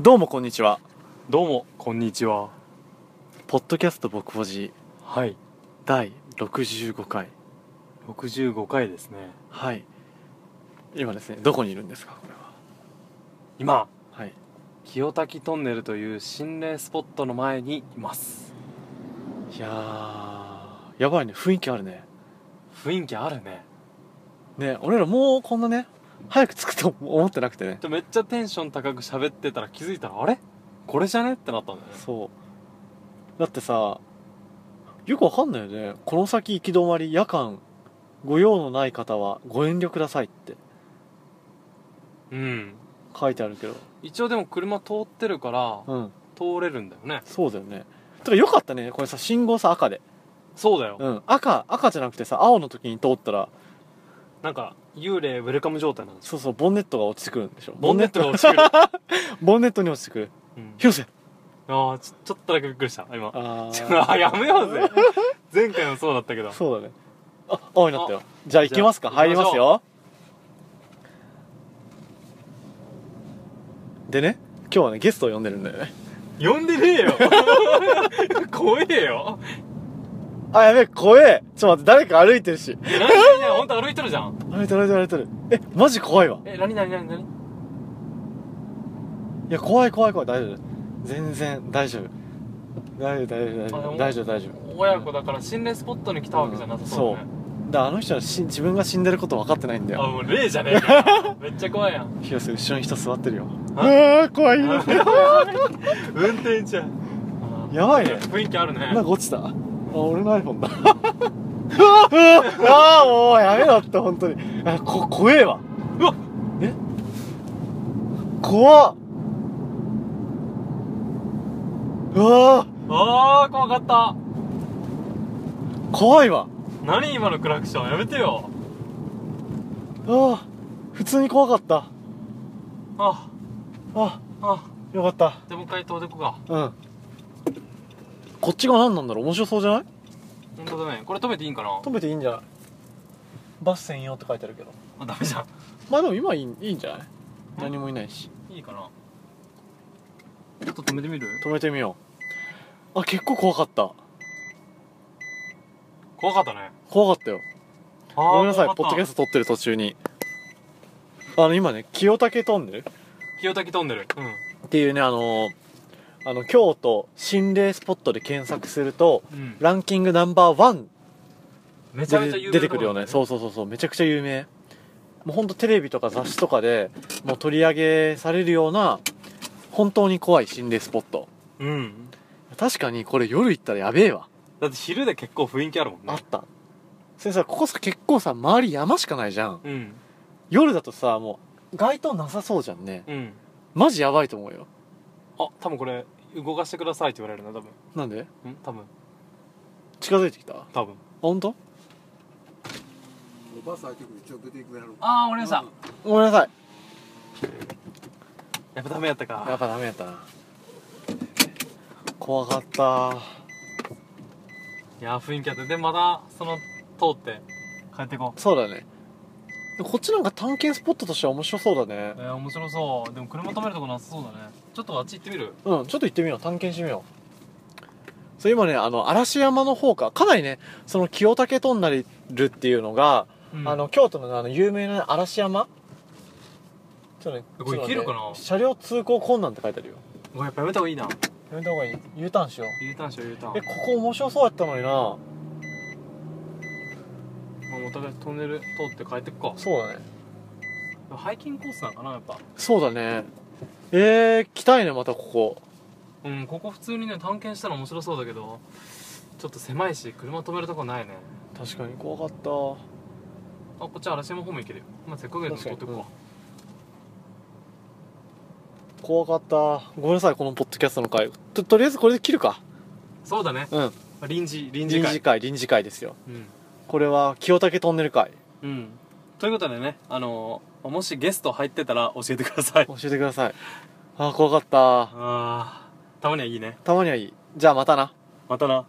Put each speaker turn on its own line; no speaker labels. どうもこんにちは
どうもこんにちは
ポッドキャスト僕ポジ
はい
第65回
65回ですね
はい今ですねどこにいるんですかこれは
今
はい
清滝トンネルという心霊スポットの前にいます
いやーやばいね雰囲気あるね
雰囲気あるね
ね俺らもうこんなね早く着くと 思ってなくてね
でめっちゃテンション高く喋ってたら気づいたらあれこれじゃねってなったんだよね
そうだってさよくわかんないよねこの先行き止まり夜間ご用のない方はご遠慮くださいって
うん
書いてあるけど
一応でも車通ってるから
うん
通れるんだよね
そうだよねてかよかったねこれさ信号さ赤で
そうだよ、
うん赤赤じゃなくてさ青の時に通ったら
なんか幽霊ウェルカム状態なんですよ
そうそうボンネットが落ちてくるんでしょ
ボンネットが落ちて くる、
ボンネットに落ちてくる
うん
広瀬
ああちょちょっとだけびっくりした今
あ
ちょ
ー
あーやめようぜ前回もそうだったけど
そうだねあ青になったよじゃあ行きますか
じゃあ
入り
行きましょう
ますよでね今日はねゲストを呼んでるんだよね
呼んでねえよ 怖えよ
あやべえ怖えちょっと待って誰か歩いてるし
え何何何本当歩いてるじゃん
歩いてる歩いてる歩いてるえマジ怖いわ
え何何何何
いや怖い怖い怖い大丈夫全然大丈夫大丈夫大丈夫大丈
あ
夫
の
大丈夫大丈夫
親子だから心霊スポットに来たわけじゃなさそうだね、
だからあの人はし自分が死んでること分かってないんだ
あ
よ
もう霊じゃねえか めっちゃ怖いやん
広瀬後ろに人座ってるようわ
あ
ー怖いよ
運転じゃんあー
やばいね
雰囲気あるね
なんか落ちたあ俺の iPhone だうわうわあーもうやめろって本当にあこ怖えわ
うわ
え怖っうわ
あー怖かった
ー怖いわ
何今のクラクションやめてよ
あー普通に怖かった
あ
あ
あ
よかった
じゃあもう一回遠出こうか
うんこっちが何なんだろう面白そうじゃない
本当だねこれ止めていいんかな
止めていいんじゃないバス専用って書いてあるけど
あダメじゃん
まあでも今いいいいんじゃない何もいないし
いいかなちょっと止めてみる
止めてみようあ結構怖かった
怖かったね
怖かったよ
あー
ごめんなさい
怖か
ポッ
った
ドキャスト撮ってる途中にあの今ね清武トンネル
清滝トンネルうん
っていうねあのーあの京都心霊スポットで検索すると
うん、
ランキングナンバーワン
めちゃめちゃ有
で出
名
てくるよねそううそうそうそうめちゃくちゃ有名もうほんとテレビとか雑誌とかでもう取り上げされるような本当に怖い心霊スポット
うん
確かにこれ夜行ったらやべえわ
だって昼で結構雰囲気あるもん
あ
ね
ったそれさここさ結構さ周り山しかないじゃん
うん
夜だとさもう街灯なさそうじゃんね
うん
マジやばいと思うよ
あ多分これ動かしてくださいって言われるな多分
なんで
うん多分
近づいてきたあ
多分
本当
バス開いてくる一応出ていくやろう
ああわかりました
ごめんなさい
やっぱダメやった
や
か
っぱダメやったな怖かった
いやー雰囲気あってでまたその通って帰ってこ
そうだねこっちなんか探検スポットとしては面白そうだね
うえー、面白そうでも車止めるとこなさそうだねちょっとあっち行ってみる
うんちょっと行ってみよう探検してみようそう今ねあの嵐山の方かかなりねその清武トンネルっていうのが
うん
あの京都のねあの有名な嵐山ちょっとね
これ
ちょっとね
行けるかな
車両通行困難って書いてあるよ
うわやっぱやめた方がいいな
やめた方がいい U ターンしよう
U ターンしよう U ターン
えここ面白そうやったのにな
まあお互いトンネル通って帰ってくか
そうだね
ハイキングコースなんかなやっぱ
そうだねえー、来たいねまたここ
うんここ普通にね探検したら面白そうだけどちょっと狭いし車止めるとこないね
確かに怖かっ
あこっち嵐山方面行けるよ、まあ、せっかくやから撮
確
っ
か
て
に
こうか
た怖かったごめんなさいこのポッドキャストの回ととりあえずこれで切るか
そうだね
うん
臨時
臨
臨時
時
会
会臨時会ですよ
うん、
これは清武トンネル会
うん、ということでねあのーもしゲスト入ってたら教えてください
教えてくださいあー怖かった
あーたまにはいいね
たまにはいいじゃあまたな
またな